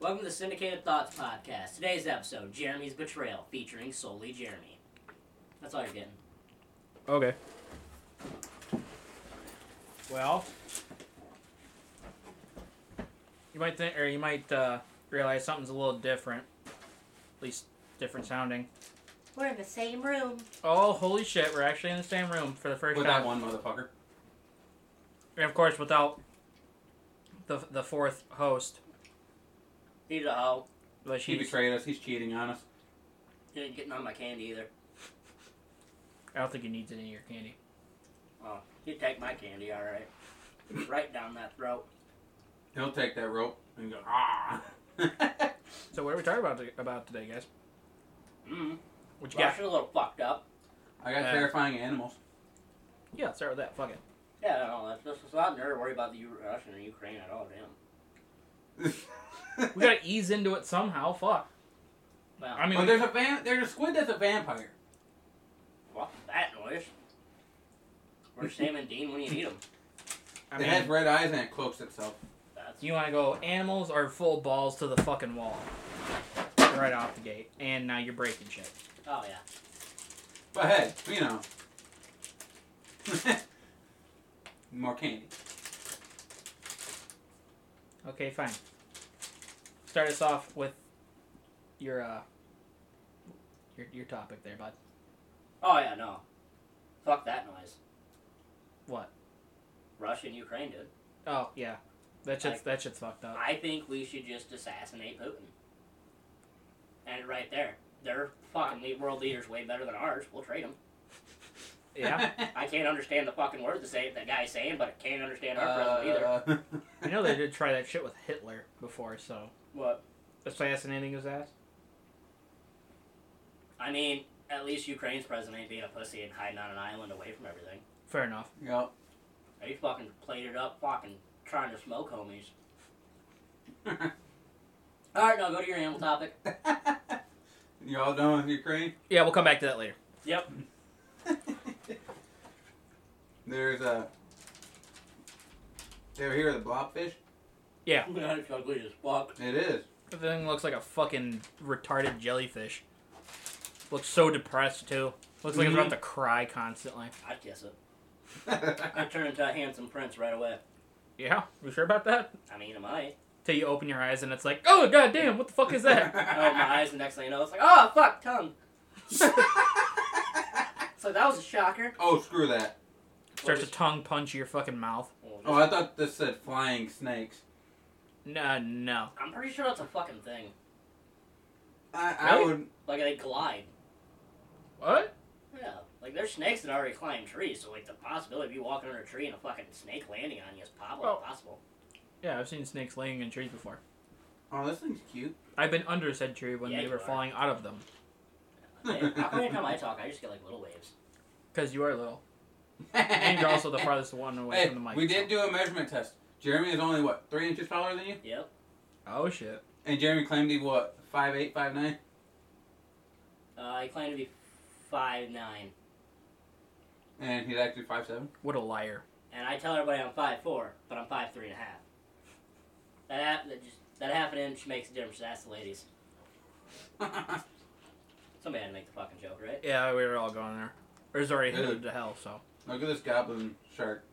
Welcome to the Syndicated Thoughts Podcast. Today's episode, Jeremy's Betrayal, featuring solely Jeremy. That's all you're getting. Okay. Well, you might think, or you might uh, realize something's a little different, at least different sounding. We're in the same room. Oh, holy shit! We're actually in the same room for the first With time, that one motherfucker. and of course without the the fourth host, Need a hoe. but He she's. betrayed us. He's cheating on us. You ain't getting on my candy either. I don't think he needs any of your candy. Oh, you take my candy, all right. Right down that throat. He'll take that rope and go, ah. So what are we talking about about today, guys? Mm. What you Yeah. got? Russian a little fucked up. I got Yeah. terrifying animals. Yeah, let's start with that. Fuck it. Yeah, I don't know. It's, just, it's not nerd to worry about the U- Russian or Ukraine at all, damn. We gotta ease into it somehow. Fuck. Well, I mean, but we- there's a van- there's a squid that's a vampire. what's that noise? Where's Sam and Dean when you need them? I it mean, has red eyes and it cloaks itself. That's You want to go animals or full balls to the fucking wall. Right off the gate. And now you're breaking shit. Oh, yeah. But hey, you know. More candy. Okay, fine. Start us off with your uh your, your topic there, bud. Oh, yeah, no. Fuck that noise. What? Russia and Ukraine, dude. Oh, yeah. That shit's Like- that shit's fucked up. I think we should just assassinate Putin. And right there, their fucking lead- world leader's way better than ours. We'll trade him. Yeah. I can't understand the fucking words that say that guy's saying, but I can't understand our president either. uh, I know they did try that shit with Hitler before, so What? assassinating his ass. I mean, at least Ukraine's president ain't being a pussy and hiding on an island away from everything. Fair enough. Yup. They fucking played it up, fucking trying to smoke homies. All right, now go to your animal topic. you all done with Ukraine? Yeah, we'll come back to that later. Yep. There's a. Did you ever hear of the blobfish? That's ugly as fuck. It is. The thing looks like a fucking retarded jellyfish. Looks so depressed too. Looks like it's about to cry constantly. I kiss it. I I turn into a handsome prince right away. Yeah, you sure about that? I mean, am I? Till you open your eyes and it's like, oh goddamn, what the fuck is that? Oh, my eyes, the next thing you know, it's like, oh, fuck, tongue. So that was a shocker. oh, screw that. Starts to tongue punch your fucking mouth. Well, Oh, I thought this said flying snakes. No, no. I'm pretty sure that's a fucking thing. I, I Really? would. Like, they glide. What? Yeah. Like, there's snakes that already climb trees, so, like, the possibility of you walking under a tree and a fucking snake landing on you is probably Oh. possible. Yeah, I've seen snakes laying in trees before. Oh, this thing's cute. I've been under said tree when Yeah, they you were are. falling out of them. Hey, How come every time I talk, I just get, like, little waves? Because you are little. And you're also the farthest one away Hey, from the mic. we so- did do a measurement test. Jeremy is only what three inches taller than you, Yep. Oh shit. and Jeremy claimed he what five eight, five nine. Uh, I claim to be five nine, And he's actually five seven. What a liar. and I tell everybody I'm five four, but I'm five three and a half. That half, that just that half an inch makes a difference. That's the ladies. Somebody had to make the fucking joke, right? Yeah, we were all going there. It was already headed Dude. to hell, so. Look at this goblin shark.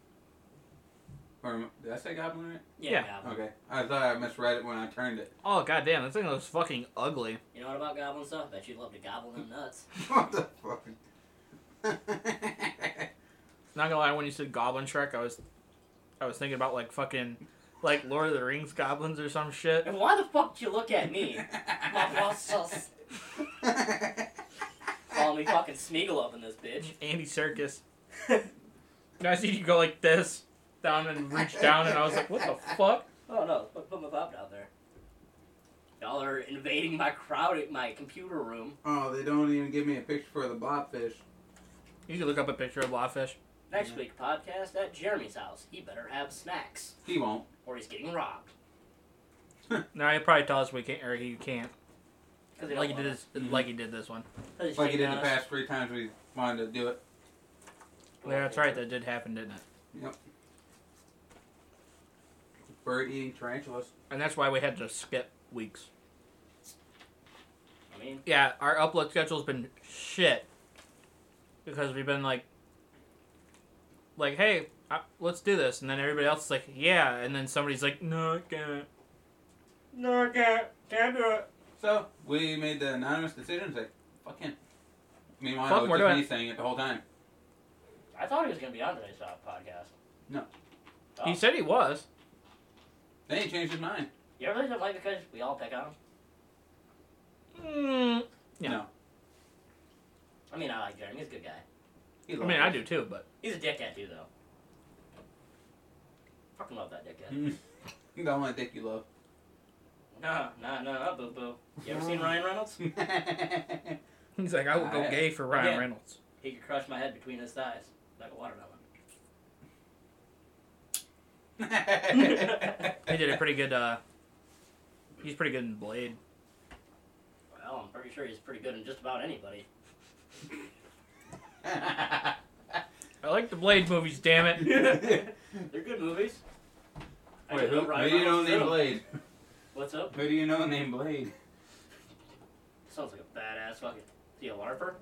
Or did I say goblin right? Yeah. goblin. Okay, I thought I misread it when I turned it. Oh goddamn, this thing looks fucking ugly. You know what about goblin stuff? Bet you'd love to gobble them nuts. What the fuck? Not gonna lie, when you said Goblin Shrek, I was, I was thinking about like fucking, like Lord of the Rings goblins or some shit. And why the fuck did you look at me? My muscles. Call me fucking Smeagol up in this bitch. Andy Circus. And I see you go like this, down and reach down, and I was like, what the fuck? oh no, put, put my pop down there. Y'all are invading my crowd at my computer room. oh, they don't even give me a picture for the blobfish. You can look up a picture of blobfish. Next week podcast at Jeremy's house. He better have snacks, He won't. or he's getting robbed. No, he probably tell us we can't or he can't. Because Like he did this, Mhm. like he did this one. Like he did the past three times we wanted to do it. Yeah, that's right. That did happen, didn't it? Bird eating tarantulas. And that's why we had to skip weeks. I mean, Yeah, our upload schedule's been shit because we've been like, like, hey, uh, let's do this, and then everybody else is like, yeah, and then somebody's like, no, I can't, no, I can't, can't do it. So we made the anonymous decision. It's like, fuck him. Meanwhile, Fuck, it we're was just doing me saying it the whole time. I thought he was gonna be on today's uh, podcast. No. Oh. He said he was. Then he changed his mind. you ever listen to like because we all pick on him? Mm, Yeah. No, I mean, I like Jeremy. He's a good guy. he I mean, I do too, but He's a dickhead too, though. Fucking love that dickhead. do. the only dick you love. No, no, no, no, boo boo. You ever seen Ryan Reynolds? he's like, I would go I- gay for Ryan Yeah. Reynolds. He could crush my head between his thighs like a watermelon. He did a pretty good. uh He's pretty good in Blade. Well, I'm pretty sure he's pretty good in just about anybody. I like the Blade movies, damn it. They're good movies. I Wait, know who, Ryan who do you know Reynolds named too. Blade? What's up? Who do you know named Blade? Sounds like a badass fucking Theo Larper.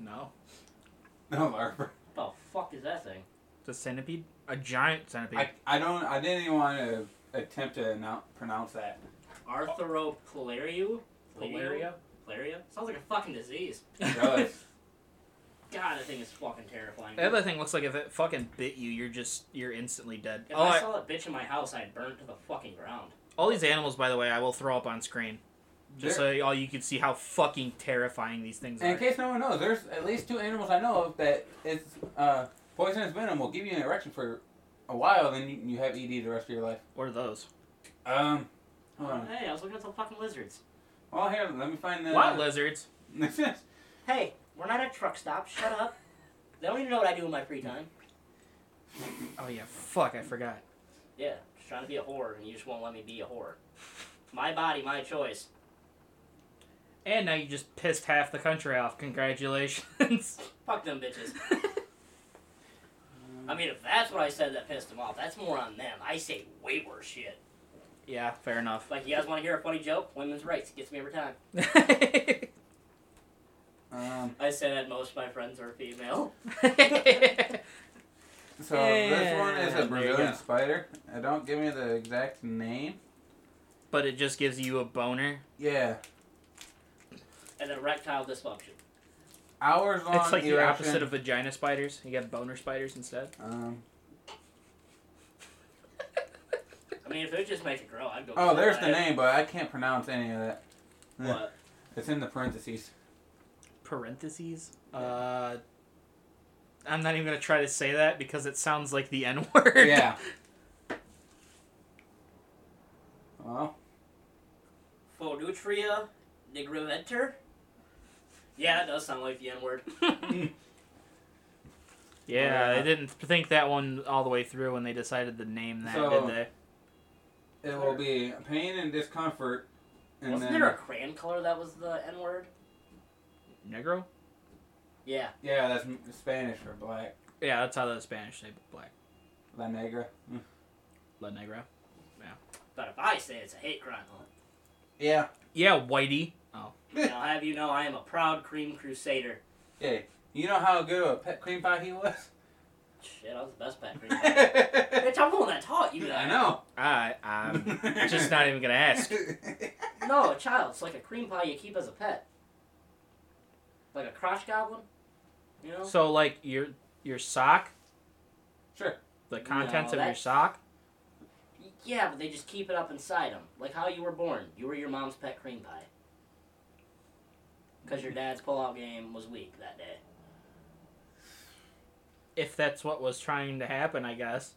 No, No, Larper. The fuck is that thing? it's a centipede, a giant centipede. I, I don't. I didn't even want to attempt to annou- pronounce that. Arthropleru? Malaria. Malaria? Sounds like a fucking disease. Really? God, that thing is fucking terrifying. That other thing looks like if it fucking bit you, you're just you're instantly dead. If Oh, All, I I- saw that bitch in my house, I'd burn it to the fucking ground. all these animals, by the way, I will throw up on screen just There- so all you can see how fucking terrifying these things and are. in case no one knows, there's at least two animals I know of that its uh, poisonous venom will give you an erection for a while, then you, you have ED the rest of your life. What are those? Um, hold Oh, on. hey, I was looking at the fucking lizards. Well, here, let me find the. Lot lizards. Hey, we're not at a truck stop. Shut up. They don't even know what I do in my free time. Oh yeah, fuck, I forgot. Yeah, just trying to be a whore, and you just won't let me be a whore. My body, my choice. And now you just pissed half the country off. Congratulations. Fuck them bitches. I mean, if that's what I said that pissed them off, that's more on them. I say way worse shit. yeah, fair enough. Like, you guys want to hear a funny joke? Women's rights gets me every time. um, I said that most of my friends are female. so this one is There a you Brazilian go. spider. I don't give me the exact name. but it just gives you a boner. Yeah, And then erectile dysfunction. hours long. It's like the erection. opposite of vagina spiders. You got boner spiders instead. Um, I mean, if it would just make it grow, I'd go. oh, for there's the that. name, but I can't pronounce any of that. What? It's in the parentheses. parentheses. Uh, I'm not even gonna try to say that because it sounds like the N word. Yeah. Well, Phonutria nigriventer? Yeah, that does sound like the N word. yeah, Mm. Oh, Yeah. I didn't think that one all the way through when they decided to name that, So- did they? it will be pain and discomfort, and Wasn't then there a crayon color that was the N word? Negro. Yeah. yeah, that's m- Spanish for black. Yeah, that's how the Spanish say black. La negra. Mm. La negra. But if I say it's a hate crime, huh? Yeah. Yeah, whitey. Oh, And I'll have you know I am a proud cream crusader. Yeah. You know how good of a pet cream pie he was. Shit, I was the best pet cream. pie. I Bitch, I'm the one that taught you that. know. I I'm just not even gonna ask. No, a child. It's like a cream pie you keep as a pet. Like a crotch goblin? You know? So like your your sock, Sure. the No, contents of your that's- sock. Yeah, but they just keep it up inside them. Like how you were born. You were your mom's pet cream pie. Because your dad's pull-out game was weak that day. If that's what was trying to happen, I guess.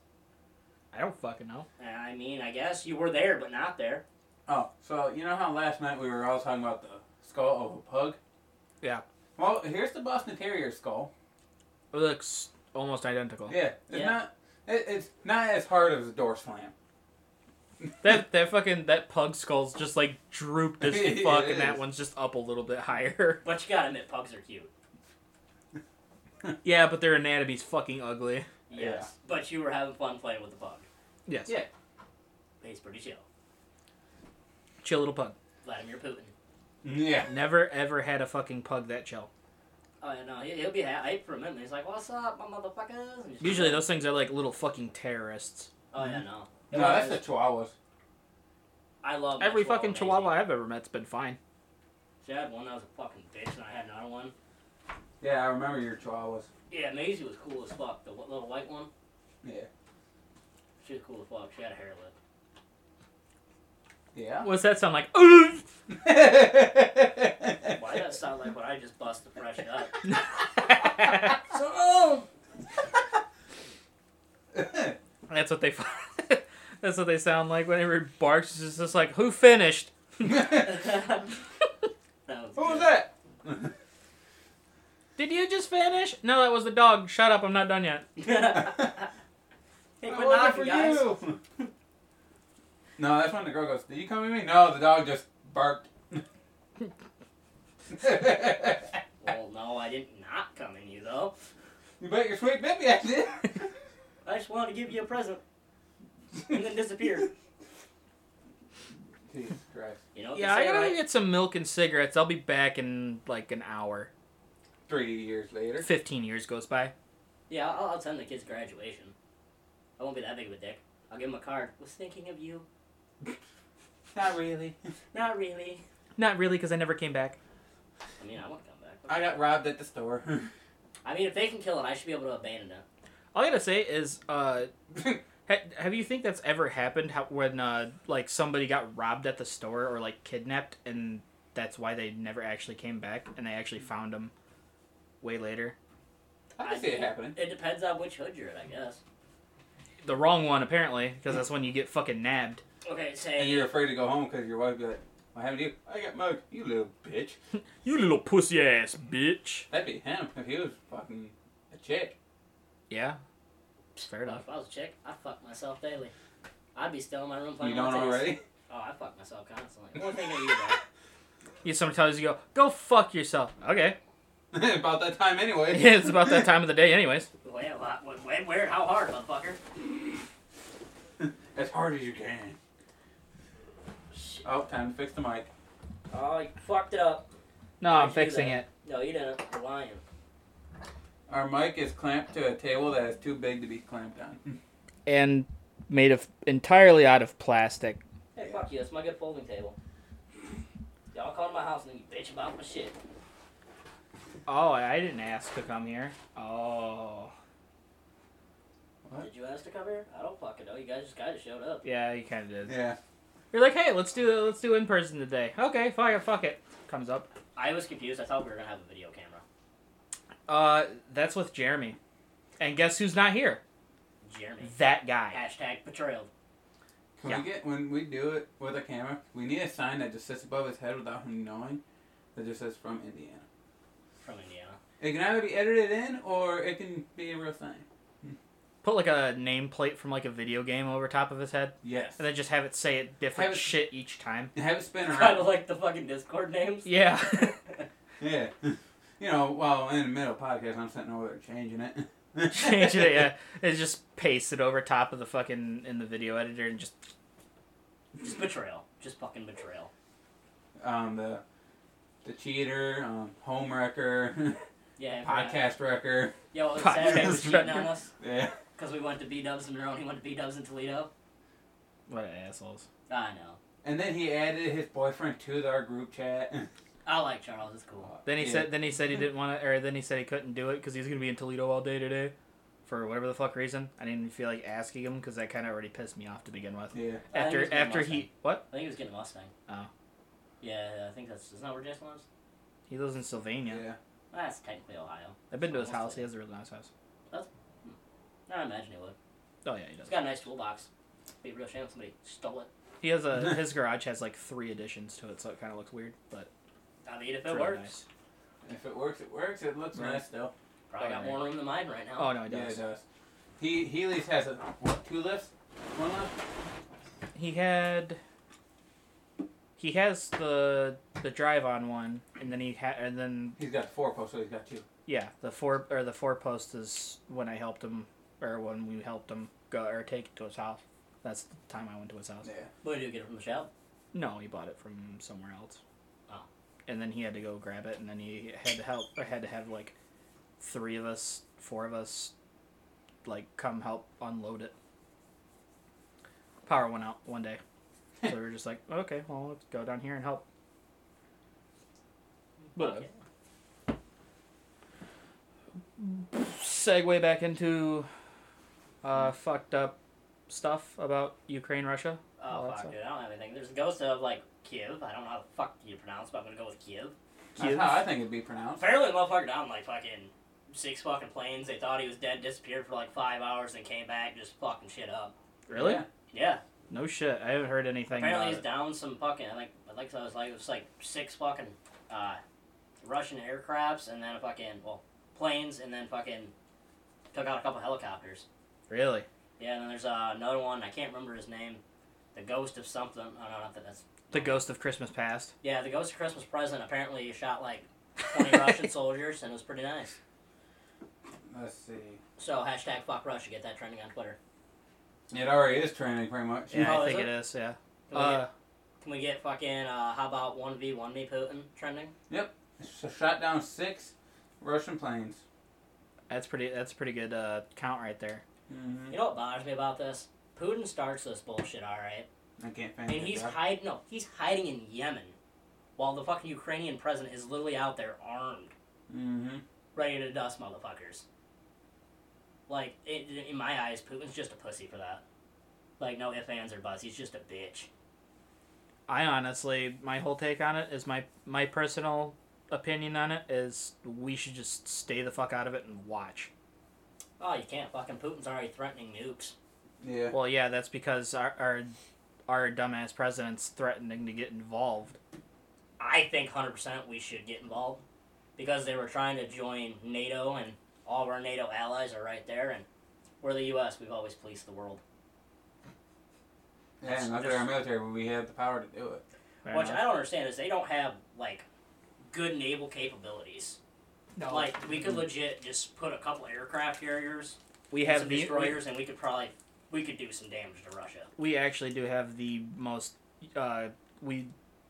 I don't fucking know. Uh, I mean, I guess you were there, but not there. Oh, so you know how last night we were all talking about the skull of a pug? Yeah. Well, here's the Boston Terrier skull. It looks almost identical. Yeah. It's Yeah. not. It, it's not as hard as a door slam. That that fucking that pug skull's just like drooped as It fuck, is. and that one's just up a little bit higher. But you gotta admit, pugs are cute. yeah, but their anatomy's fucking ugly. Yes. Yeah. But you were having fun playing with the pug. Yes. Yeah. He's pretty chill. chill little pug. Vladimir Putin. Yeah. Never ever had a fucking pug that chill. Oh yeah, no, he, he'll be ha- hyped for a minute. He's like, "What's up, my motherfuckers?" And just- Usually those things are like little fucking terrorists. Oh yeah, no. No, that's the Chihuahuas. I love my Every Chihuahua fucking amazing. chihuahua I've ever met's been fine. See, I had one that was a fucking bitch, and I had another one. Yeah, I remember your Chihuahuas. Yeah, Maisie was cool as fuck. The wh- little white one, Yeah. she was cool as fuck. She had a hair lip. Yeah. What's that sound like? Ooh! Why does that sound like when I just bust the fresh up? That's So, oh, what they. That's what they sound like whenever he barks. It's just like, who finished? that was good. Who was that? Did you just finish? No, that was the dog. Shut up! I'm not done yet. hey, I quit wasn't knocking, guys. you. no, that's when the girl goes, "Did you come at me?" No, the dog just barked. you Well, no, I did not come in you though. bet your sweet baby I did. I just wanted to give you a present and then disappear. Jesus Christ. You know? what they Yeah, I say, gotta right? get some milk and cigarettes. I'll be back in like an hour. Three years later. Fifteen years goes by. Yeah, I'll, I'll attend the kids' graduation. I won't be that big of a dick. I'll give them a card. Was thinking of you. Not really. Not really. Not really, because I never came back. I mean, I want to come back. I got robbed at the store. I mean, if they can kill it, I should be able to abandon it. All I gotta say is, uh, ha- have you think that's ever happened? How, when uh, like somebody got robbed at the store or like kidnapped, and that's why they never actually came back, and they actually found them way later. I can see it happening. It depends on which hood you're in, I guess. The wrong one apparently, because that's when you get fucking nabbed. Okay, say. And you're afraid to go home because your wife be like, "What happened to you? I got mugged. You little bitch." You little pussy ass bitch. That'd be him if he was fucking a chick. Yeah. Fair enough. If I was a chick, I'd fuck myself daily. I'd be still in my room playing You don't with my titties. already? Oh, I fuck myself constantly. One thing of you, though. You sometimes you go, go fuck yourself. Okay. about that time anyway. Yeah, it's about that time of the day, anyways. Way a lot. When, when, where, how hard, motherfucker? As hard as you can. Shit. Oh, time to fix the mic. Oh, you fucked it up. No, Why'd you I'm do fixing that? it. No, you didn't. You're lying. Our mic is clamped to a table that is too big to be clamped on. And made of entirely out of plastic. Hey, fuck you. That's my good folding table. Y'all come to my house and then you bitch about my shit. Oh, I didn't ask to come here. Oh. What? Did you ask to come here? I don't fucking know. You guys just kind of showed up. Yeah, you kind of did. Yeah. You're like, hey, let's do let's do in person today. Okay, fuck it, fuck it. Comes up. I was confused. I thought we were gonna have a video camera. Uh, that's with Jeremy. And guess who's not here? Jeremy. That guy. Hashtag betrayal. Can Yeah. we get when we do it with a camera? We need a sign that just sits above his head without him knowing. That just says from Indiana. from Indiana. It can either be edited in or it can be a real sign. Put like a nameplate from like a video game over top of his head, Yes. and then just have it say it different Have it- shit each time. And have it spin Kind of around. like the fucking Discord names. Yeah. yeah. You know, while in the middle of podcast, I'm sitting over there changing it. Changing it, yeah. It's just paste it over top of the fucking in the video editor and just Just betrayal. Just fucking betrayal. um, the the cheater, um, home wrecker, Yeah. Yeah, podcast wrecker. Yo, it was Podcast Saturday was cheating on record. us Yeah. because we went to B Dubs in Monroe. He went to B Dubs in Toledo. what assholes. I know. And then he added his boyfriend to our group chat. I like Charles. It's cool. Then he Yeah. said then he said he didn't want to or then he said he couldn't do it because he's gonna be in Toledo all day today, for whatever the fuck reason. I didn't feel like asking him because that kind of already pissed me off to begin with. Yeah. I think After he's gonna after Mustang. he what I think he was getting a Mustang. Oh. Yeah, I think that's isn't that where Jason lives? he lives in Sylvania. Yeah. That's technically Ohio. I've been to his Almost house. like- He has a really nice house. I imagine he would. Oh yeah, he does. He's got a nice toolbox. Be a real shame if somebody stole it. He has a his garage has like three additions to it, so it kind of looks weird, but I mean, if it's it really works, nice. If it works, it works. It looks Right. nice though. probably got Alright. more room than mine right now. Oh no, he yeah, does. it does. He he at least has a, what two lifts, one lift. He had. He has the the drive on one, and then he had, and then He's got four posts, so he's got two. yeah, the four or the four post is when I helped him, or when we helped him go or take it to his house. That's the time I went to his house. Yeah. But you get it from the shop. No, he bought it from somewhere else. Oh. And then he had to go grab it, and then he had to help. I had to have like three of us, four of us, like come help unload it. Power went out one day, so we were just like, okay, well, let's go down here and help. But Okay. segue back into uh, fucked up stuff about Ukraine, Russia. Oh, well, that's fuck, all. dude. I don't have anything. There's a ghost of, like, Kiev. I don't know how the fuck you pronounce it, but I'm gonna go with Kiev. That's how I think it'd be pronounced. Apparently, the motherfucker down, like, fucking six fucking planes. They thought he was dead, disappeared for, like, five hours, and came back just fucking shit up. Really? Yeah. Yeah. No shit. I haven't heard anything. Apparently, About he's it. down some fucking, like, like I was like, it was like six fucking uh, Russian aircrafts, and then a fucking, well, planes, and then fucking took out a couple helicopters. Really? Yeah, and then there's uh, another one. I can't remember his name. The ghost of something. Oh, no, not that that's. The ghost of Christmas past. Yeah, the ghost of Christmas present apparently shot like 20 Russian soldiers, and it was pretty nice. Let's see. So, hashtag fuck Russia, get that trending on Twitter. It already is trending pretty much. Yeah, Oh, is I think it? it is. Yeah. Can we, Uh, get, can we get fucking, uh, how about 1v1 me Putin trending? So shot down six Russian planes. that's pretty. That's a pretty good uh, count right there. Mm-hmm. You know what bothers me about this? Putin starts this bullshit, alright? I can't find And it, he's Doc. hiding, no, he's hiding in Yemen while the fucking Ukrainian president is literally out there armed, Mhm. ready to dust motherfuckers. Like, it, in my eyes, Putin's just a pussy for that. Like, no ifs, ands, or buts. He's just a bitch. I honestly, my whole take on it is my my personal opinion on it is we should just stay the fuck out of it and watch. Oh, you can't. Fucking Putin's already threatening nukes. Yeah. Well, yeah, that's because our our, our dumbass president's threatening to get involved. I think 100% we should get involved because they were trying to join NATO, and all of our NATO allies are right there, and we're the U.S. We've always policed the world. Yeah, and after our military, we have the power to do it. Fair Which enough. I don't understand is they don't have, like, good naval capabilities. Oh. Like, we could legit just put a couple aircraft carriers, we and have some the we, destroyers, and we could probably, we could do some damage to Russia. we actually do have the most. Uh, we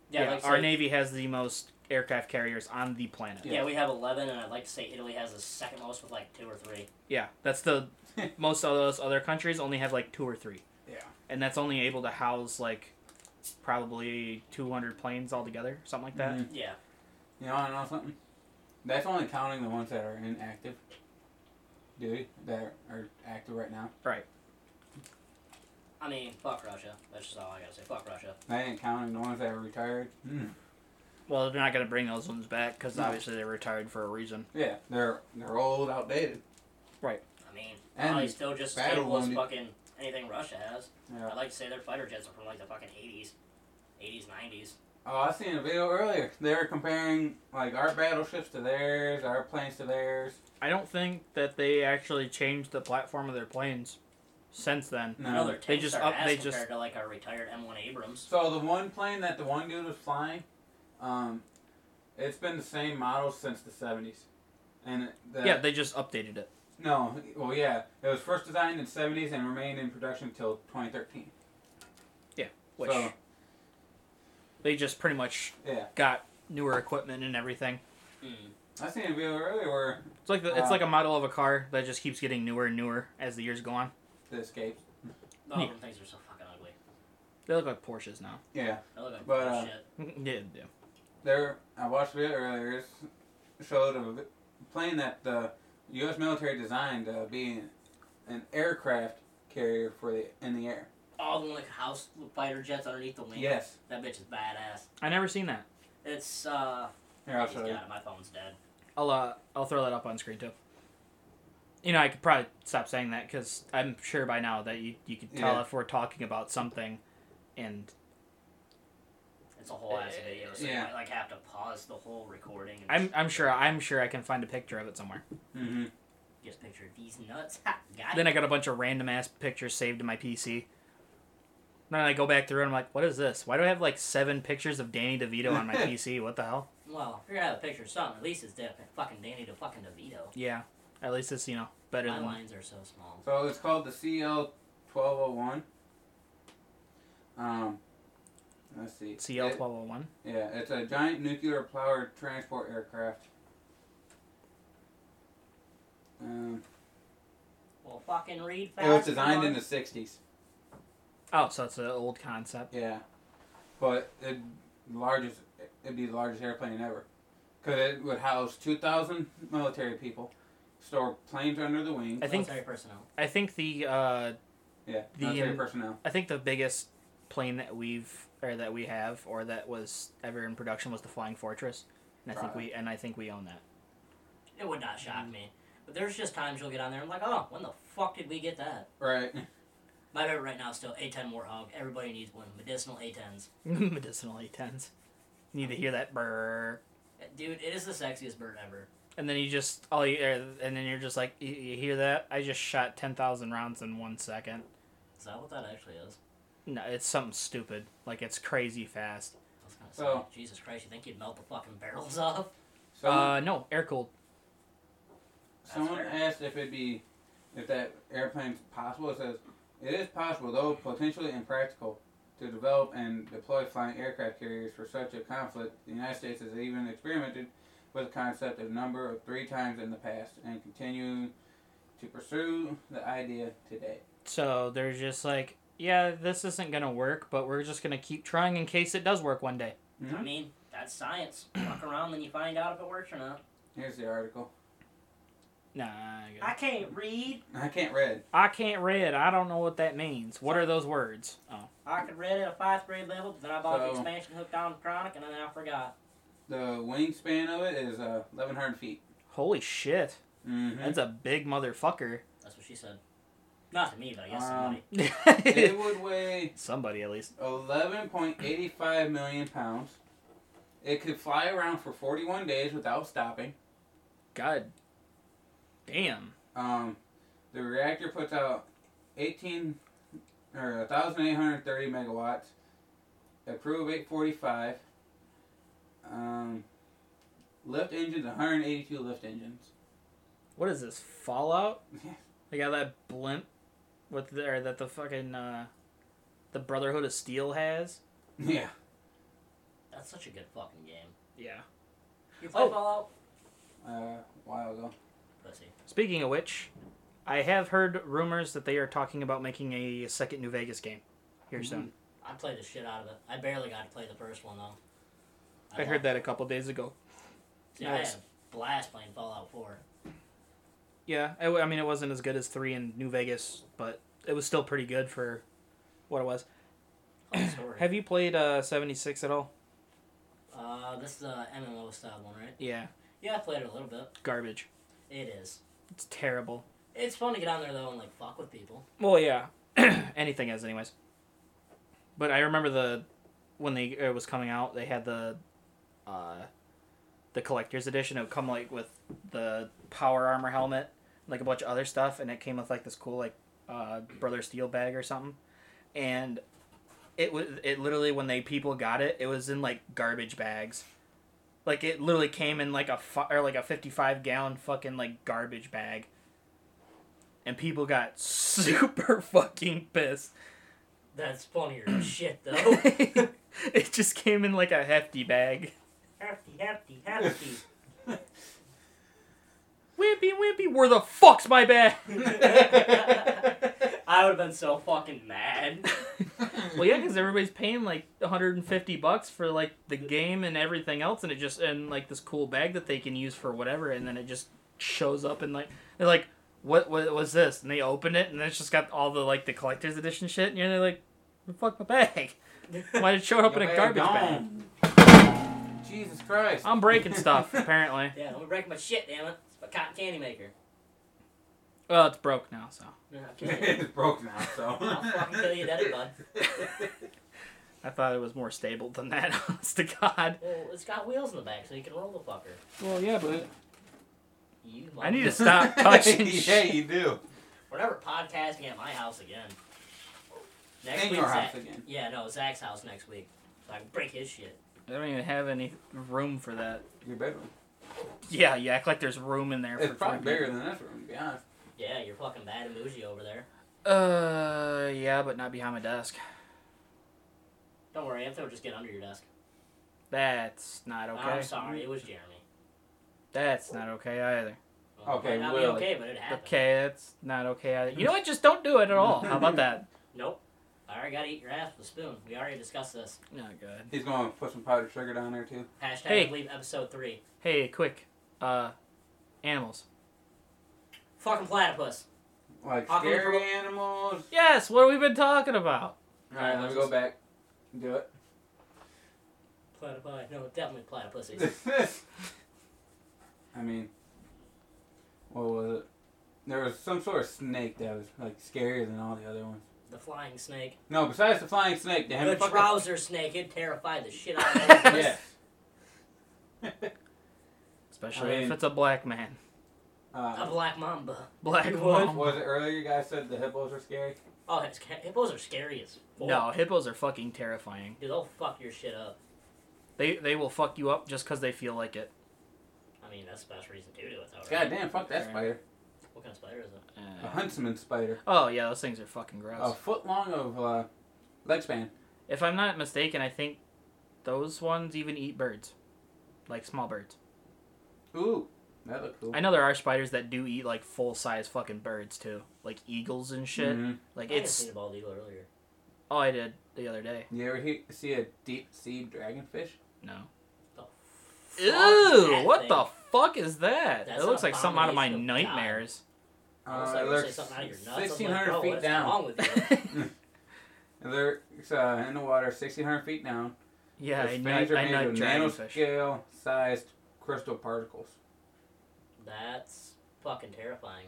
Yeah, yeah, like, our say- navy has the most aircraft carriers on the planet. Yeah, we have 11, and I'd like to say Italy has the second most with, like, two or three. Yeah, that's the most of those other countries only have like two or three, Yeah. and that's only able to house like probably 200 planes altogether, something like that. Mhm. Yeah. You know, I know something. That's only counting the ones that are inactive, dude, that are active right now. I mean, fuck Russia. That's just all I gotta say. Fuck Russia. That ain't counting the ones that are retired. Mm. Well, they're not going to bring those ones back because No. obviously they're retired for a reason. Yeah, they're they're old, outdated. I mean, And probably still just as battle capable as wounded. fucking anything Russia has. Yeah. I'd like to say their fighter jets are from like the fucking 80s, 80s, 90s. Oh, I seen a video earlier. They were comparing like our battleships to theirs, our planes to theirs. I don't think that they actually changed the platform of their planes since then. I know their No. tanks just are up- ass they compared just- to like our retired M1 Abrams. So the one plane that the one dude was flying, um, it's been the same model since the seventies, and it- the, yeah, they just updated it. No, well, yeah. It was first designed in the 70s and remained in production until 2013. Which So, they just pretty much yeah. got newer equipment and everything. Mm. I seen a video earlier where It's like the, it's Uh, like a model of a car that just keeps getting newer and newer as the years go on. the escapes. All of Yeah. them things are so fucking ugly. They look like Porsches now. Yeah. They look like But, uh, shit. yeah, yeah. There, I watched a video earlier. It showed a v- plane that the U.S. military designed to be an aircraft carrier for the in the air. uh, All the like house fighter jets underneath the wing. Yes. That bitch is badass. I never seen that. It's uh, Here, I'll he's show you. got it. my phone's dead. I'll uh, I'll throw that up on screen too. You know, I could probably stop saying that because I'm sure by now that you you could tell Yeah. if we're talking about something, and It's a whole ass Uh, video, so you yeah. might like have to pause the whole recording. And I'm I'm sure I'm sure I can find a picture of it somewhere. Mm-hmm. just picture these nuts. Ha, got Then it. I got a bunch of random ass pictures saved to my PC. Then I go back through and I'm like, what is this? Why do I have like seven pictures of Danny DeVito on my PC? What the hell? Well, if you're gonna have a picture of something, at least it's different. Fucking Danny to fucking DeVito. Yeah, at least it's you know better My than lines are so small. So it's called the CL twelve oh one. Um, Let's see. CL It- twelve oh one. yeah, it's a giant nuclear powered transport aircraft. Um, Well, fucking read fast. it was designed come in the on. '60s. Oh, so it's an old concept. Yeah, but it largest it'd be the largest airplane ever, because it would house two thousand military people, store planes under the wing. I think Military personnel. I think the uh, Yeah, the- military personnel. I think the biggest plane that we've or that we have or that was ever in production was the Flying Fortress, and I think we and I think we own that. It would not shock me. But there's just times you'll get on there and I'm like, oh, when the fuck did we get that? Right. My favorite right now is still A10 Warthog. Everybody needs one. Medicinal A10s. Medicinal A tens. Need to hear that brrr. Uh, Dude, it is the sexiest bird ever. And then you just all you er, and then you're just like you, you hear that? I just shot ten thousand rounds in one second. Is that what that actually is? No, it's something stupid. Like it's crazy fast. I was gonna say, Oh. Jesus Christ, you think you'd melt the fucking barrels off? Someone, Uh, no, air cooled. That's someone fair. asked if it'd be if that airplane's possible. It says it is possible, though potentially impractical, to develop and deploy flying aircraft carriers for such a conflict. The United States has even experimented with the concept of number of three times in the past, and continuing to pursue the idea today. So they're just like, yeah, this isn't gonna work, but we're just gonna keep trying in case it does work one day. I Mhm. mean, that's science. Fuck around and you find out if it works or not. Here's the article. Nah, I get it. I can't read. I can't read. I can't read. I don't know what that means. What are those words? Oh, I could read at a fifth grade level, but then I bought the So- expansion hooked on to Chronic, and then I forgot. The wingspan of it is uh, 1,100 feet. holy shit! Mm-hmm. That's a big motherfucker. That's what she said. Not to me, but I guess Um, somebody. it would weigh Somebody at least. 11.85 million pounds. It could fly around for 41 days without stopping. God, damn. Um, the reactor puts out 18 or 1,830 megawatts. Approved 845. Um, lift engines 182 lift engines. What is this Fallout? They got that blimp with the, or that the fucking uh, the Brotherhood of Steel has. yeah. That's such a good fucking game. Yeah. You play Oh. Fallout? Uh, a while ago. Pussy. Speaking of which, I have heard rumors that they are talking about making a second New Vegas game Hmm. here soon. I played the shit out of it. I barely got to play the first one though. I heard that a couple days ago. See, I nice. had a blast playing Fallout 4. Yeah, I, I mean, it wasn't as good as three in New Vegas, but it was still pretty good for what it was. Fun story. Have you played uh, 76 at all? uh, this is the MMO style one, right? Yeah, Yeah, I played it a little bit. garbage. It is. It's terrible. It's fun to get on there though and like fuck with people. Well, yeah, anything is, anyways. But I remember the when they it was coming out, they had the uh, the collector's edition. It would come like with the power armor helmet, like a bunch of other stuff, and it came with like this cool like uh, brother steel bag or something. And it was it literally when they people got it, it was in like garbage bags. Like it literally came in like a fi- or like a fifty five gallon fucking like garbage bag and people got super fucking pissed. That's funnier than shit though. it just came in like a hefty bag. hefty, hefty, hefty. Wimpy, wimpy, where the fuck's my bag? I would have been so fucking mad. well, yeah, because everybody's paying like 150 bucks for like the game and everything else, and it just and like this cool bag that they can use for whatever, and then it just shows up and like they're like, what what was this? And they open it, and it's just got all the like the collector's edition shit, and you're like, "Where the fuck my bag? Why did it show up in a Your garbage bag? gone. Jesus Christ. I'm breaking stuff apparently. yeah, don't break my shit, damn it. It's my cotton candy maker. Well, it's broke now, so. Yeah, I'll kill you. it's broke now, so. I'll fucking kill you dead, bud. I thought it was more stable than that, honest to God. Well, it's got wheels in the back so you can roll the fucker. Well, yeah, but You I need to motherfucker. stop touching yeah, shit. you do. We're never podcasting at my house again. Next In week, your Zach, house again. Yeah, no, Zach's house next week. So I can break his shit. I don't even have any room for that. Your bedroom. Yeah, you act like there's room in there. It's for probably three bigger than this room, to be honest. Yeah, you're fucking bad emoji over there. people. Uh, yeah, but not behind my desk. Don't worry, Anthem will just get under your desk. That's not okay. I'm sorry, it was Jeremy. That's not okay either. Well, Okay, it might not be Willie. okay, but it happened. Okay, that's not okay either. You know what? Just don't do it at all. How about that? Nope. I already gotta eat your ass with a spoon. We already discussed this. Not good. He's going to put some powdered sugar down there too. Hashtag Hey. I believe episode three. Hey, quick. Uh, animals. Fucking platypus. Like How come scary we forgot- animals. Yes, what have we been talking about? All right, let me go back. Do it. Platypus. No, definitely platypuses. I mean, what was it? There was some sort of snake that was like scarier than all the other ones. the flying snake. No, besides the flying snake, they The had fucking trouser snake. It terrified the shit out of me. yeah. Especially I mean- if it's a black man. A Uh, black mamba. Black What? what woman. was it earlier? You guys said the hippos were scary. Oh, that's, ca- hippos are scary as fuck. No, hippos are fucking terrifying. Dude, they'll fuck your shit up. They they will fuck you up just because they feel like it. I mean, that's the best reason to do it, though. Right? God damn, fuck that Fair. spider. What kind of spider is it? A Uh, huntsman spider. oh yeah, those things are fucking gross. A foot long of uh, leg span. If I'm not mistaken, I think those ones even eat birds, like small birds. Ooh, that looked cool. I know there are spiders that do eat like full size fucking birds too, like eagles and shit. Mhm. Like I had it's seen a bald eagle earlier. oh, I did the other day. You ever he- see a deep sea dragonfish? No. The fuck Ew! is that What thing? the fuck is that? That's it looks an like something out of my abomination of God. nightmares. I was Uh, like, it you say looks something out of your nuts. I was like, oh, 1,600 bro, feet what's down. wrong with you? And They're uh, in the water, 1,600 feet down. yeah, Their I know. fangs are I made know with dragonfish. nanoscale-sized crystal particles. That's fucking terrifying.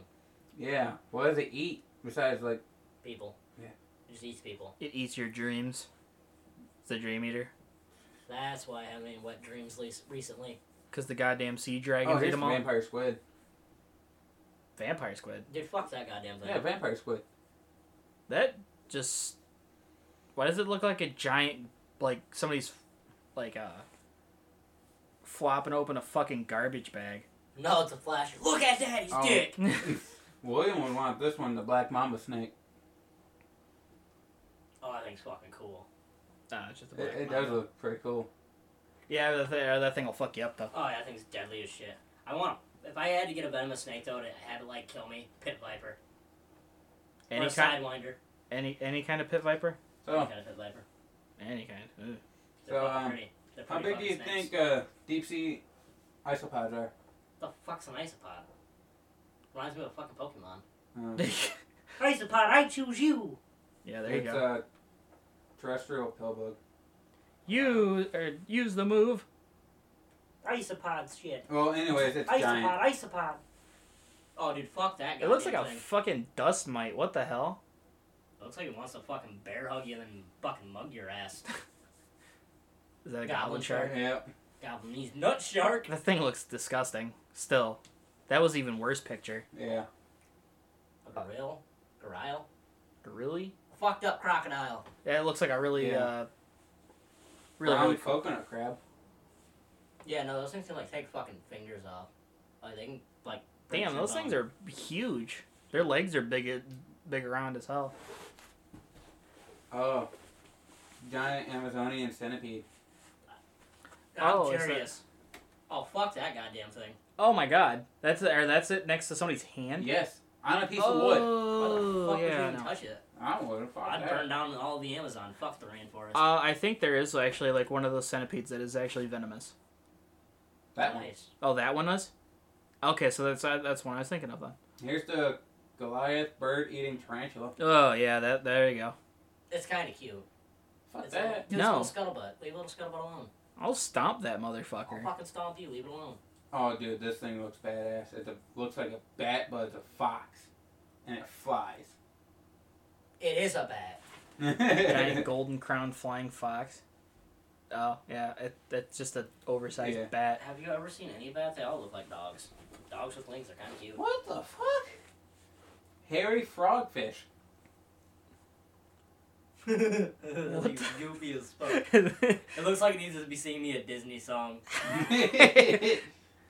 Yeah. What does it eat besides like? People. Yeah. It just eats people. It eats your dreams. It's a dream eater. That's why I haven't any wet dreams le- recently. Cause the goddamn sea oh, dragons eat here's them all. vampire squid. Vampire squid. Dude, fuck that goddamn thing. Yeah, vampire squid. That just. Why does it look like a giant, like somebody's, like uh. Flopping open a fucking garbage bag. No, it's a flash. Look at that, he's Oh. dick. William would want this one, the black mamba snake. Oh, that thing's fucking cool. Nah, it's just a It, black it mamba. does look pretty cool. Yeah, that, thi- that thing will fuck you up though. Oh, yeah, that thing's deadly as shit. I want. If I had to get a venomous snake though to have it like kill me, pit viper or Any a kind, sidewinder. any any kind of pit viper, Any So, kind of pit viper. any kind. Ugh. They're Oh. So, fucking um, pretty. They're how pretty big do you fucking snakes. think uh, deep sea isopods are? The fuck's an isopod? Reminds me of a fucking Pokemon. Uh, Isopod, I choose you. yeah, there you it's uh, go. a terrestrial pillbug. You or use the move. Isopod shit. Well, anyways, it's giant. Isopod, isopod. Oh, dude, fuck that guy. It looks like a fucking dust mite. What the hell? looks like he wants to fucking bear hug you and then fucking mug your ass. Is that a Goblin goblin, shark? shark. Yeah. Goblin, he's nut shark. That thing looks disgusting. Still, that was even worse picture. Yeah. A gorilla? Gorille? Really? A fucked up crocodile. Yeah, it looks like a really, Yeah. uh, really, Brown really cool. coconut crab. Yeah, no, those things can like take fucking fingers off. Like they can like. break Damn, your those things bone. are huge. Their legs are big, big around as hell. Oh. Giant Amazonian centipede. I'm Oh, is that- curious. Oh fuck that goddamn thing! Oh my god, that's or that's it next to somebody's hand. Yes. On a piece of wood. Why the Oh, fuck would you yeah. even no. touch it? I would have I'd that. burn down all the Amazon. Fuck the rainforest. Uh, I think there is actually like one of those centipedes that is actually venomous. That one. nice. Oh, that one was. Okay, so that's uh, that's one I was thinking of then. Here's the Goliath bird eating tarantula. Oh yeah, that there you go. It's kind of cute. Fuck It's that. Dude, No. It's a little scuttlebutt. Leave a little scuttlebutt alone. I'll stomp that I'll motherfucker. fucking stomp you. Leave it alone. Oh, dude, this thing looks badass. It looks like a bat, but it's a fox. And it flies. It is a bat. Giant golden crowned flying fox. Oh yeah, it, that's just an oversized Yeah. bat. Have you ever seen any bats? They all look like dogs. Dogs with wings are kind of cute. what the fuck? Hairy frogfish. you the- goofy as fuck. It looks like it needs to be singing me a Disney song.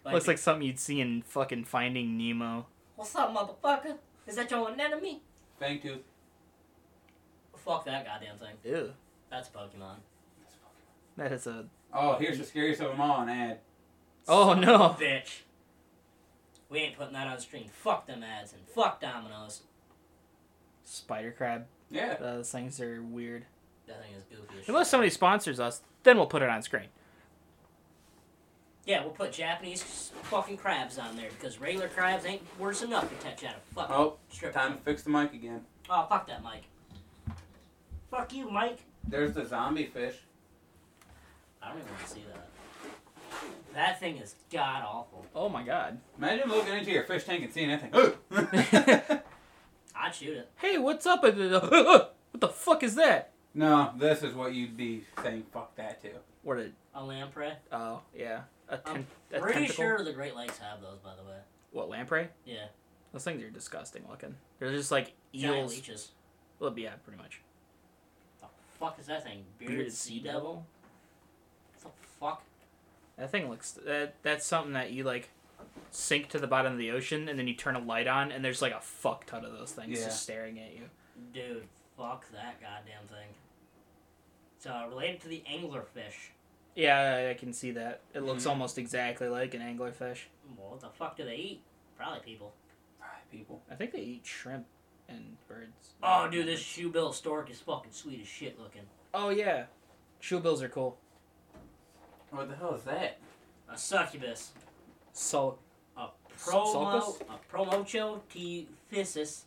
Looks like something you'd see in fucking Finding Nemo. what's up, motherfucker? Is that your enemy? Fangtooth. Fuck that goddamn thing. Ew. That's a Pokemon. That is a. Oh, here's the scariest of them all, an ad. Oh, Son no. of a Bitch. We ain't putting that on the screen. Fuck them ads and fuck Domino's. Spider crab. Yeah. Uh, those things are weird. That thing is goofy as shit. Unless somebody sponsors us, then we'll put it on screen. Yeah, we'll put Japanese fucking crabs on there because regular crabs ain't worse enough to catch out a fucking Oh, strip. time to fix the mic again. Oh, fuck that, Mike. Fuck you, Mike. There's the zombie fish. I don't even want to see that. That thing is god awful. Oh my god. Imagine looking into your fish tank and seeing that thing. Ugh! I'd shoot it. Hey, what's up? What the fuck is that? no, this is what you'd be saying. Fuck that too. What a. A lamprey. Oh, yeah. A, ten- a Pretty tentacle? sure the Great Lakes have those, by the way. What, lamprey? Yeah. Those things are disgusting looking. They're just like Giant eels. leeches. Well, yeah, pretty much. The fuck is that thing? Bearded, sea devil? What the fuck? That thing looks that that's something that you like sink to the bottom of the ocean and then you turn a light on and there's like a fuck ton of those things Yeah. just staring at you. Dude, fuck that goddamn thing. It's uh, related to the anglerfish. Yeah, I, I can see that. It looks Mhm. almost exactly like an anglerfish. Well, what the fuck do they eat? Probably people. Alright, people. I think they eat shrimp and birds. Oh, dude, this shoebill stork is fucking sweet as shit looking. Oh yeah, shoebills are cool. What the hell is that? A succubus. So Promo, Sulcus? a promocho t physis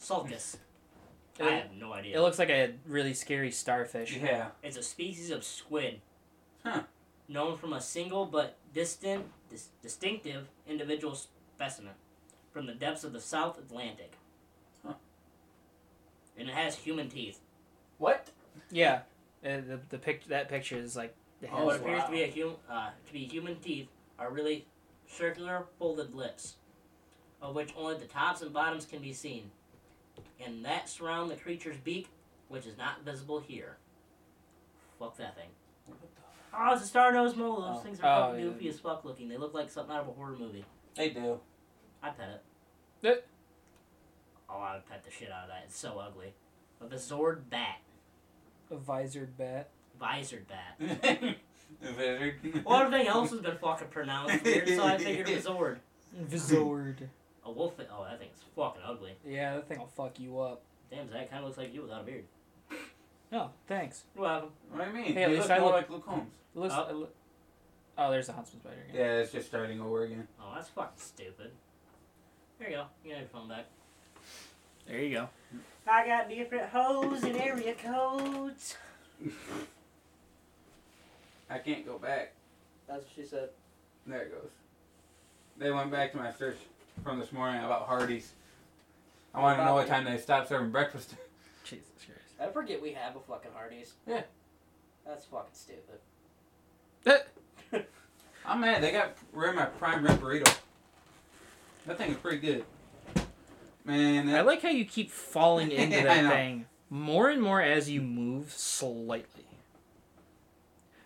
sulcus. I it, have no it idea. looks like a really scary starfish. Yeah. It's a species of squid. Huh. Known from a single but distant, dis- distinctive individual specimen from the depths of the South Atlantic. Huh. And it has human teeth. What? Yeah, Uh, the the pic that picture is like. It Oh, what has, it- appears to be wow. a human uh, to be human teeth are really circular folded lips, of which only the tops and bottoms can be seen, and that surround the creature's beak, which is not visible here. Fuck that thing. What the f- Oh, it's a star nosed mole. Those Oh. things are Oh, fucking yeah. goofy as fuck looking. They look like something out of a horror movie. They do. I pet it. Eh. Oh, I would pet the shit out of that. It's so ugly. But the Zord bat, a visored bat. visored bat. the lizard. Well, everything else has been fucking pronounced weird, so I figured it was Zord. Visored. A wolf. Oh, that thing's fucking ugly. yeah, that thing will fuck you up. Damn, Zach kind of looks like you without a beard. No, Oh, thanks. Well, What do you mean? Hey, at you least look I more look- like Luke Holmes. It looks. Oh. it loo- oh, there's the huntsman spider again. Yeah, it's just starting over again. oh, that's fucking stupid. There you go. You got your phone back. There you go. I got different hoes and area codes. I can't go back. That's what she said. There it goes. They went back to my search from this morning about Hardee's. I want to know what time they stopped serving breakfast. Jesus Christ. I forget we have a fucking Hardee's. Yeah. That's fucking stupid. I'm mad. They got rid of my prime rib burrito. That thing is pretty good. Man, I that, like how you keep falling into I that know. thing more and more as you move slightly.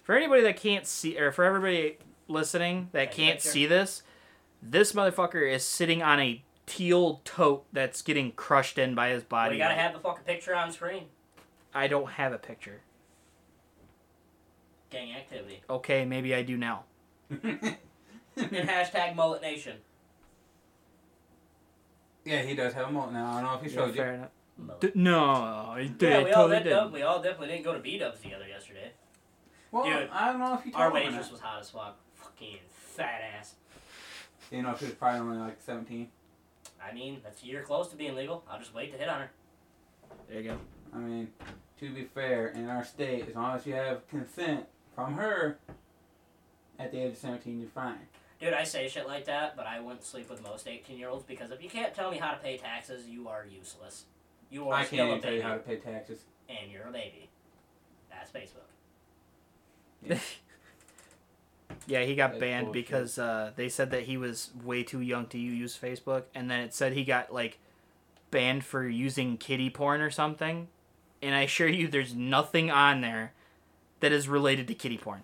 For anybody that can't see, or for everybody listening that That can't picture. see this, this motherfucker is sitting on a teal tote that's getting crushed in by his body. we gotta have the fucking picture on screen. I don't have a picture. Gang activity. Okay, maybe I do now. and hashtag mullet nation. yeah, he does have a mold now. I don't know if he Yeah, showed you. fair enough. Mullet. D- no, I did. yeah, we all totally did. didn't. We all definitely didn't go to B Dubs together yesterday. Well, Dude, I don't know if he told Our him or waitress not. was hot as fuck. Fucking fat ass. You know, she was probably only like 17. I mean, that's you're close to being legal. I'll just wait to hit on her. There you go. I mean, to be fair, in our state, as long as you have consent from her at the age of 17, you're fine. Dude, I say shit like that, but I wouldn't sleep with most 18 year olds because if you can't tell me how to pay taxes, you are useless. You are I still can't a even tell baby, you how to pay taxes. and you're a baby. That's Facebook. Yeah, he got That's banned bullshit. because uh, they said that he was way too young to use Facebook, and then it said he got like banned for using kitty porn or something. And I assure you, there's nothing on there that is related to kitty porn.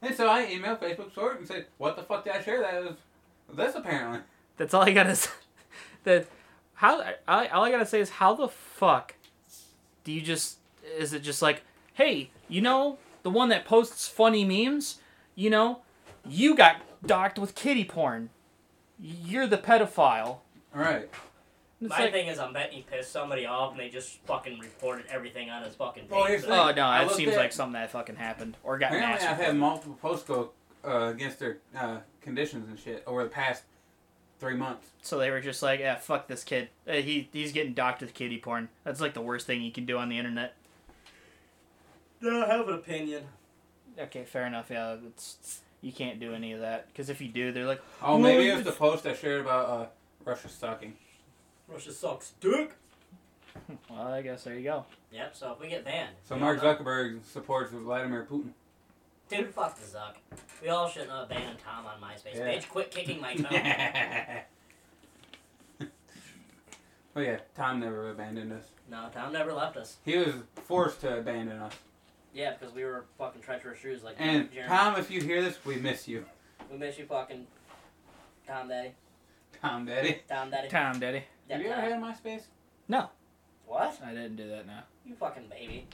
And so I emailed Facebook short and said, "What the fuck did I share that with?" This apparently. That's all I gotta. s- that how I, all I gotta say is how the fuck do you just? Is it just like, hey, you know, the one that posts funny memes, you know, you got docked with kitty porn. You're the pedophile. All right. It's My like, thing is, I'm betting he pissed somebody off and they just fucking reported everything on his fucking page. Well, here's the oh no, I that looked seems at- like something that fucking happened or got Apparently, I've mastered. had multiple posts go uh, against their uh, conditions and shit over the past three months. So they were just like, yeah, fuck this kid. Uh, he he's getting docked with kitty porn. That's like the worst thing you can do on the internet. I have an opinion. Okay, fair enough. Yeah, it's you can't do any of that because if you do, they're like, Oh, No, maybe you- it was the post I shared about uh, Russia sucking. Russia sucks dick. well, I guess there you go. Yep, so if we get banned. So we Mark all know- Zuckerberg supports Vladimir Putin. Dude, fuck the Zuck. We all should uh, ban Tom on MySpace. Yeah. Bitch, quit kicking my toe. oh yeah, Tom never abandoned us. no, Tom never left us. He was forced to abandon us. Yeah, because we were fucking treacherous shoes like And Jeremy. Tom, if you hear this, we miss you. We miss you fucking Tom Daddy. Tom Daddy. Tom Daddy. Tom, daddy. Yeah, Have you ever Tom. had MySpace? What? I didn't do that now. You fucking baby.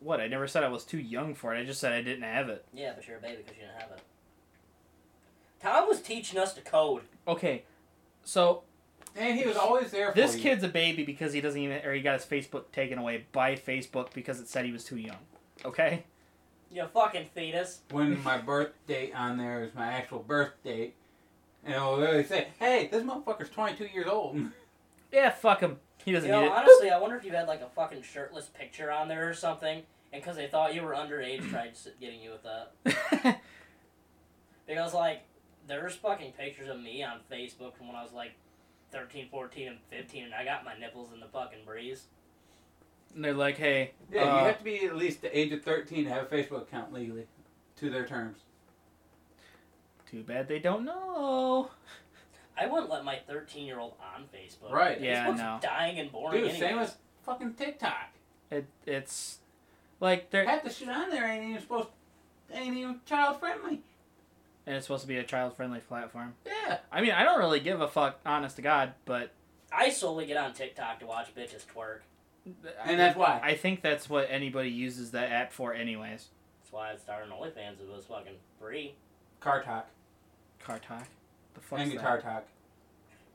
What? I never said I was too young for it. I just said I didn't have it. Yeah, but you're a baby because you didn't have it. Tom was teaching us to code. Okay, so And he was always there for this you. kid's a baby because he doesn't even, or he got his Facebook taken away by Facebook because it said he was too young. Okay. You fucking fetus. When my birth date on there is my actual birth date, and it'll literally say, "Hey, this motherfucker's 22 years old." Yeah, fuck him. He doesn't You know, need it. honestly, I wonder if you had like a fucking shirtless picture on there or something, and because they thought you were underage, tried s- getting you with that. Because like, there's fucking pictures of me on Facebook from when I was like 13, 14, and 15, and I got my nipples in the fucking breeze. and they're like, hey, Yeah, Uh, you have to be at least the age of 13 to have a Facebook account legally, to their terms. too bad they don't know. I wouldn't let my 13 year old on Facebook. Right. Yeah, Facebook's no. dying and boring. Dude, anyways. same as fucking TikTok. It it's like they're Half the shit on there ain't even supposed, ain't even child friendly. and it's supposed to be a child friendly platform. Yeah. I mean, I don't really give a fuck, honest to God, but I solely get on TikTok to watch bitches twerk. And that's why. I think that's what anybody uses that app for, anyways. That's why I started an OnlyFans. It was fucking free. Car talk. Car talk. The fuck's And that? guitar talk.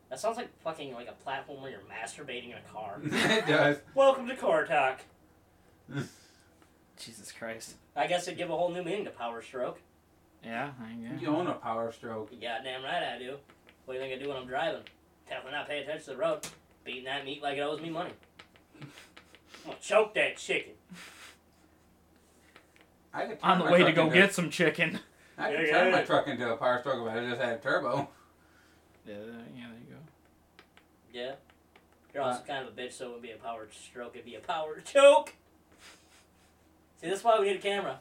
That sounds like fucking like a platform where you're masturbating in a car. it does. Welcome to Car Talk. Jesus Christ. I guess it'd give a whole new meaning to Power Stroke. Yeah, I guess. You own a power stroke. You goddamn right I do. What do you think I do when I'm driving? Definitely not paying attention to the road. Beating that meat like it owes me money. I'm gonna choke that chicken. I could turn On the my way to truck go into- get some chicken. I could Yeah, turn yeah, my yeah. truck into a power stroke if I just had a turbo. Yeah, yeah, there you go. Yeah. You're also kind of a bitch, so it wouldn't be a power stroke. It'd be a power choke. See, that's why we need a camera.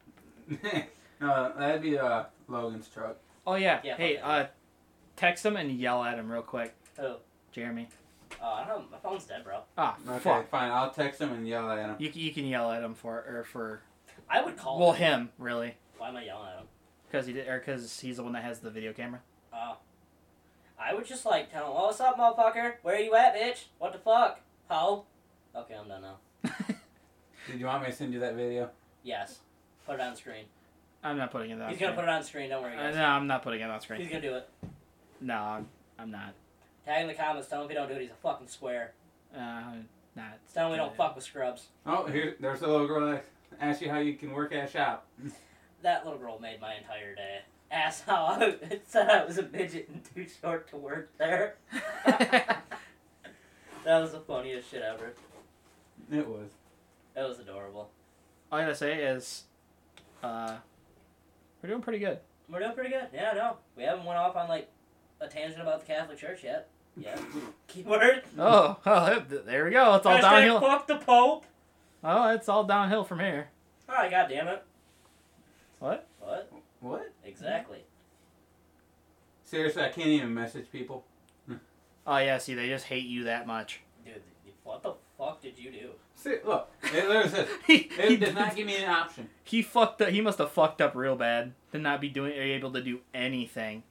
no, that'd be uh, Logan's truck. Oh yeah. Yeah, hey, fuck uh, text him and yell at him real quick, Oh, Jeremy. uh, I don't know. My phone's dead, bro. Ah, Okay, fuck. fine. I'll text him and yell at him. You, c- you can yell at him for or for I would call well him. him really Why am I yelling at him? because he did or because he's the one that has the video camera. Uh, I would just like tell him, oh, what's up, motherfucker? Where you at, bitch? What the fuck? How? Okay, I'm done now. Did you want me to send you that video? Yes. Put it on screen. I'm not putting it on. He's gonna put it on screen, don't worry, Uh, guys. no, I'm not putting it on screen. He's gonna do it. No, I'm, I'm not. Tag in the comments, tell him if you don't do it, he's a fucking square. Uh, not. Just tell him we don't fuck with scrubs. Oh, here, there's the little girl that asked you how you can work at a shop. That little girl made my entire day. Ass how I said I was a midget and too short to work there. that was the funniest shit ever. It was. That was adorable. All I gotta say is, uh, we're doing pretty good. We're doing pretty good. Yeah, no. We haven't went off on like a tangent about the Catholic Church yet. Yeah. Keyword. Oh, oh, there we go. It's all Hashtag downhill. Fuck the Pope. Oh, it's all downhill from here. All right, God damn Ah, it. What? What? What? Exactly. Seriously, I can't even message people. Oh yeah, see, they just hate you that much. Dude, what the fuck did you do? See, look, it literally says, he, he, it does not give me an option. he fucked up. He must have fucked up real bad to not be doing able to do anything.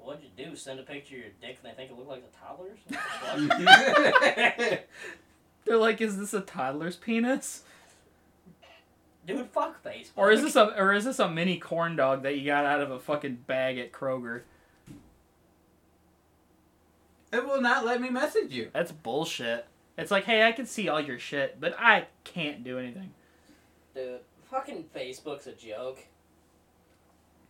What'd you do? Send a picture of your dick and they think it looked like a toddler's? What the fuck? I They're like, is this a toddler's penis? Dude, fuck baseball. Or is this a or is this a mini corn dog that you got out of a fucking bag at Kroger? It will not let me message you. That's bullshit. It's like, hey, I can see all your shit, but I can't do anything. Dude, fucking Facebook's a joke.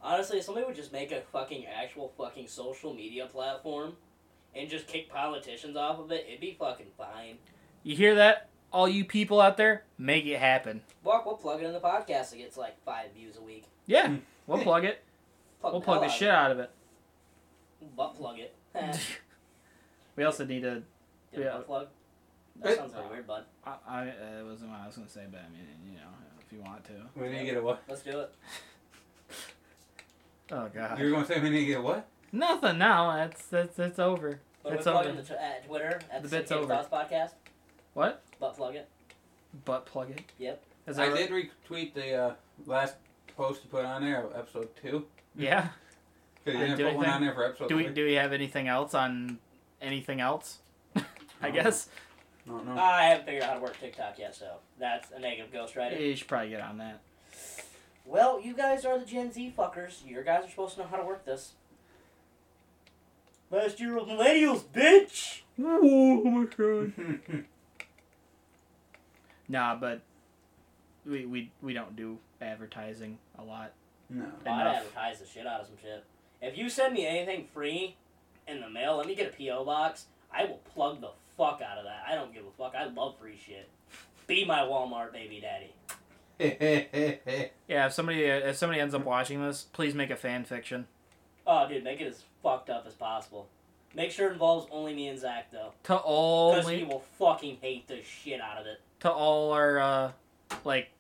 Honestly, if somebody would just make a fucking actual fucking social media platform and just kick politicians off of it, it'd be fucking fine. You hear that? All you people out there, make it happen. Fuck, we'll plug it in the podcast. It gets like five views a week. Yeah, we'll plug it. Plug We'll the plug the hell out shit out of it. of it. Butt plug it. Did we also need to. a Yeah. butt plug? That It- sounds like a weird, bud. I, I uh, wasn't what I was gonna say, but I mean, you know, if you want to. We didn't get a what? Let's do it. Oh You were god. going to say we didn't get a what? Nothing now. That's that's it's over. But we It's plug over. in the t- at Twitter at The the bit's Syndicated over. Thoughts podcast. What? Butt plug it. Butt plug it. Yep. Is that I right? did retweet the uh, last post you put on there of episode two. Yeah. Because I you didn't do put one anything? on there for episode Do we three. do we have anything else on anything else? Um, I guess No, no. I haven't figured out how to work TikTok yet, so that's a negative ghostwriter. you should probably get on that. Well, you guys are the Gen Z fuckers. Your guys are supposed to know how to work this. Last year of millennials, bitch! Oh my god. Nah, but we we we don't do advertising a lot. no. I'd Enough. advertise the shit out of some shit. If you send me anything free in the mail, let me get a P.O. box. I will plug the fuck out of that. I don't give a fuck. I love free shit. Be my Walmart baby daddy. Yeah, if somebody if somebody ends up watching this, please make a fan fiction. Oh, dude, make it as fucked up as possible. Make sure it involves only me and Zach, though. To Because all we will fucking hate the shit out of it. to all our uh like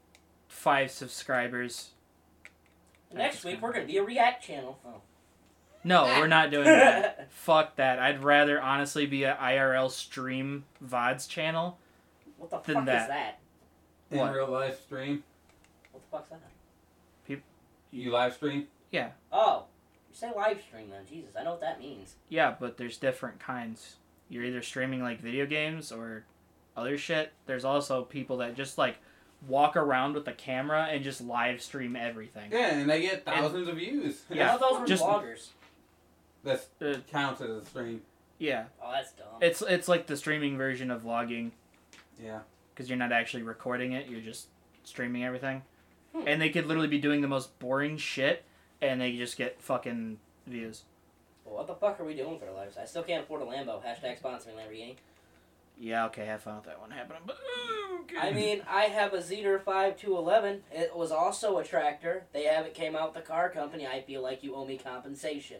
five subscribers. Next week, we're going to be a React channel. Oh. No, we're not doing that. Fuck that. I'd rather honestly be a IRL stream VODs channel. What the Than fuck is that. that? In What? real live stream, What the fuck's that? you live stream. Oh, you say live stream then. Jesus, I know what that means. Yeah, but there's different kinds. You're either streaming like video games or other shit. There's also people that just like walk around with a camera and just live stream everything. Yeah, and they get thousands of views. Yeah. I thought those were just- vloggers. that Uh, counts as a stream. yeah. Oh, that's dumb. It's it's like the streaming version of vlogging Yeah. because you're not actually recording it, you're just streaming everything. Hmm. And they could literally be doing the most boring shit and they just get fucking views. Well, what the fuck are we doing with our lives? I still can't afford a Lambo. Hashtag sponsoring Lamborghini. Yeah, okay, have fun with that one happening. But okay. I mean, I have a Zeter 5211. It was also a tractor. They haven't came out with the car company. I feel like you owe me compensation.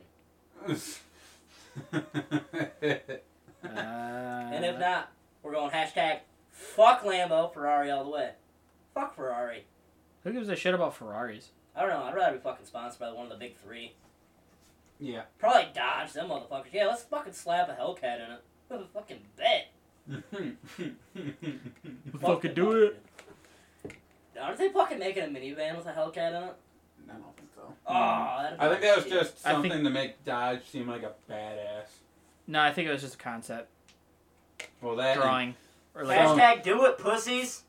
uh, and if Uh-huh. not, we're going hashtag fuck Lambo, Ferrari all the way. Fuck Ferrari. who gives a shit about Ferraris? I don't know. I'd rather be fucking sponsored by one of the big three. yeah. Probably Dodge, them motherfuckers. Yeah, let's fucking slap a Hellcat in it. What a fucking bet. no. Fuck Fucking the do it. Dodge. Aren't they fucking making a minivan with a Hellcat in it? I don't think so. Mm. Oh, that'd I think be that was shit. just I think- something to make Dodge seem like a badass. No, I think it was just a concept Well, that. drawing or like Fashion- Hashtag do it, pussies.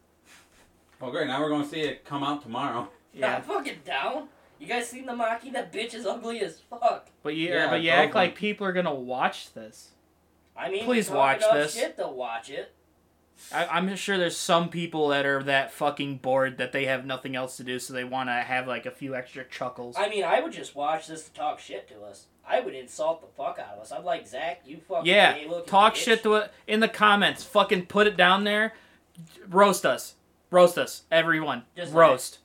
Well, great. Now we're gonna see it come out tomorrow. Yeah. yeah. I'm fucking down. You guys seen the Maki? That bitch is ugly as fuck. But you Yeah, but you act probably. like people are gonna watch this. I mean, Please talk watch enough this. Shit, they'll watch it. I, I'm sure there's some people that are that fucking bored that they have nothing else to do, so they want to have like a few extra chuckles. I mean, I would just watch this to talk shit to us. I would insult the fuck out of us. I'm like Zach, you fucking Yeah, gay-looking Talk bitch. shit to it in the comments. Fucking put it down there. Roast us. Roast us. Everyone. Just like- Roast.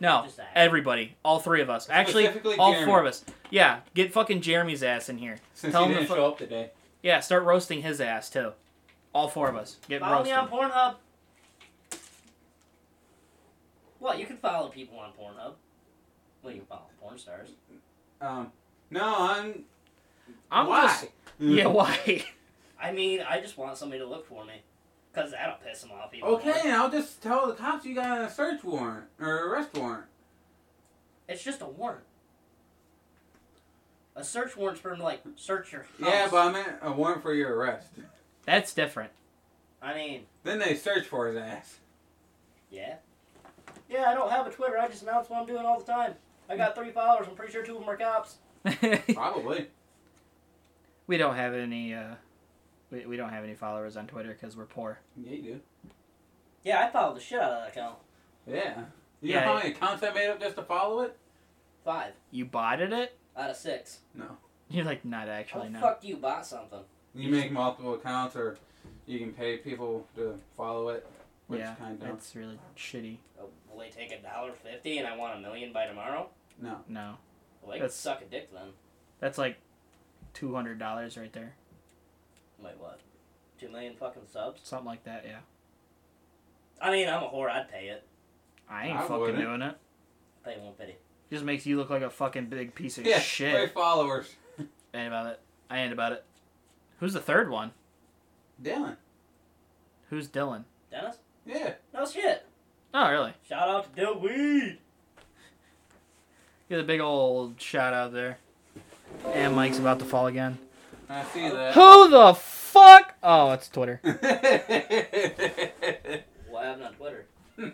no. Just that. Everybody. All three of us. Actually, Specifically all Jeremy. four of us. Yeah. Get fucking Jeremy's ass in here. Since Tell he him to didn't fu- show up today. Yeah. Start roasting his ass too. All four of us. Get Follow roasted. me on Pornhub. What? You can follow people on Pornhub. Well, you can follow porn stars. Um, no, I'm. I'm why? just. Yeah. Why? I mean, I just want somebody to look for me. Because that'll piss them off even Okay, more. and I'll just tell the cops you got a search warrant or arrest warrant. It's just a warrant. A search warrant's for them to, like, search your house. Yeah, but I meant a warrant for your arrest. That's different. I mean, Then they search for his ass. yeah. Yeah, I don't have a Twitter. I just announce what I'm doing all the time. I got three followers. I'm pretty sure two of them are cops. Probably. we don't have any. Uh, we, we don't have any followers on Twitter because we're poor. Yeah, you do. Yeah, I followed the shit out of that account. Yeah. You Yeah, know how many accounts I made up just to follow it? Five You botted it? out of six. You're like not How actually. the No. Oh, fuck do you bought something? You make multiple accounts, or you can pay people to follow it. Which yeah, kind of that's really shitty. Oh, will they take a dollar fifty and I want a million by tomorrow? no. No, Well, they can That's- suck a dick then. that's like two hundred dollars right there, Wait, what? Two million fucking subs? something like that. Yeah, I mean, I'm a whore. I'd pay it. I ain't I fucking wouldn't. doing it. Pay one pity. Just makes you look like a fucking big piece of Yeah, shit. three followers. I ain't about it. I ain't about it. Who's the third one? Dylan. Who's Dylan? Dennis? Yeah. No shit. Oh, really? Shout out to Dill Weed. Give a big old shout out there. And Mike's about to fall again. I see that. Who the fuck? Oh, it's Twitter. What happened on Twitter?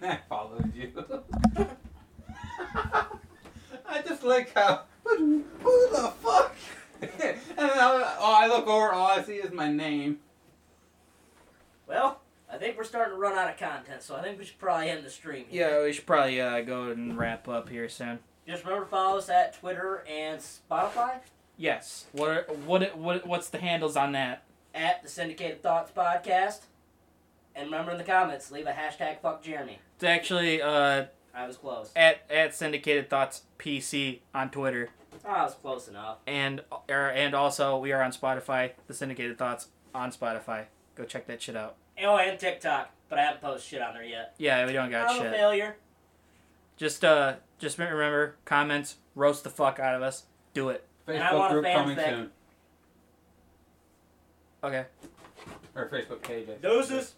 I followed you. I just like how. But who the fuck? and I, oh, I look over, all I see is my name. Well, I think we're starting to run out of content, so I think we should probably end the stream. here. Yeah, we should probably uh, go and wrap up here soon. Just remember to follow us at Twitter and Spotify Yes. What are what what what's the handles on that? at the Syndicated Thoughts Podcast. And remember in the comments, leave a hashtag fuck Jeremy. It's actually uh, I was close. at at syndicated thoughts PC on Twitter, I was close enough. and er, and also we are on Spotify. The syndicated thoughts on Spotify. Go check that shit out. Oh, and TikTok, but I haven't posted shit on there yet. Yeah, we don't got I'm shit. a failure. Just uh, just remember comments. Roast the fuck out of us. Do it. And I Facebook want a group fan coming fic. soon. Okay. Or Facebook page. I think. Doses.